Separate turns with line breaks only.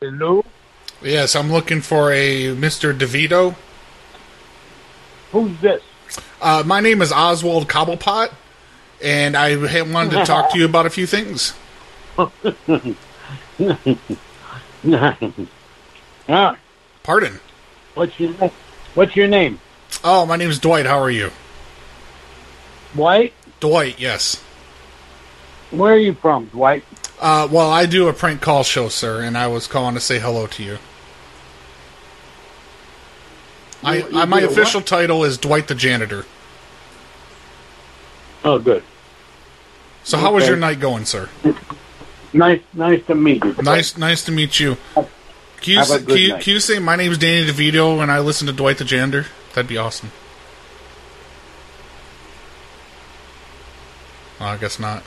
Hello?
Yes, I'm looking for a Mr. DeVito.
Who's this?
Uh, my name is Oswald Cobblepot, and I ha- wanted to talk to you about a few things.
Ah,
Pardon.
what's your name? What's your name?
Oh, my name is Dwight. How are you?
Dwight?
Dwight, yes.
Where are you from, Dwight?
Uh, well, I do a prank call show, sir, and I was calling to say hello to you. I,
You- you
I, my
do a what?
official title is Dwight the Janitor.
Oh, good.
So, how was
Okay.
your night going, sir?
Nice, nice to meet you.
Nice, nice to meet you. Can you,
Have a
s-
good
can you,
night.
can you say my name's Danny DeVito and I listen to Dwight the Janitor? That'd be awesome. Well, I guess not.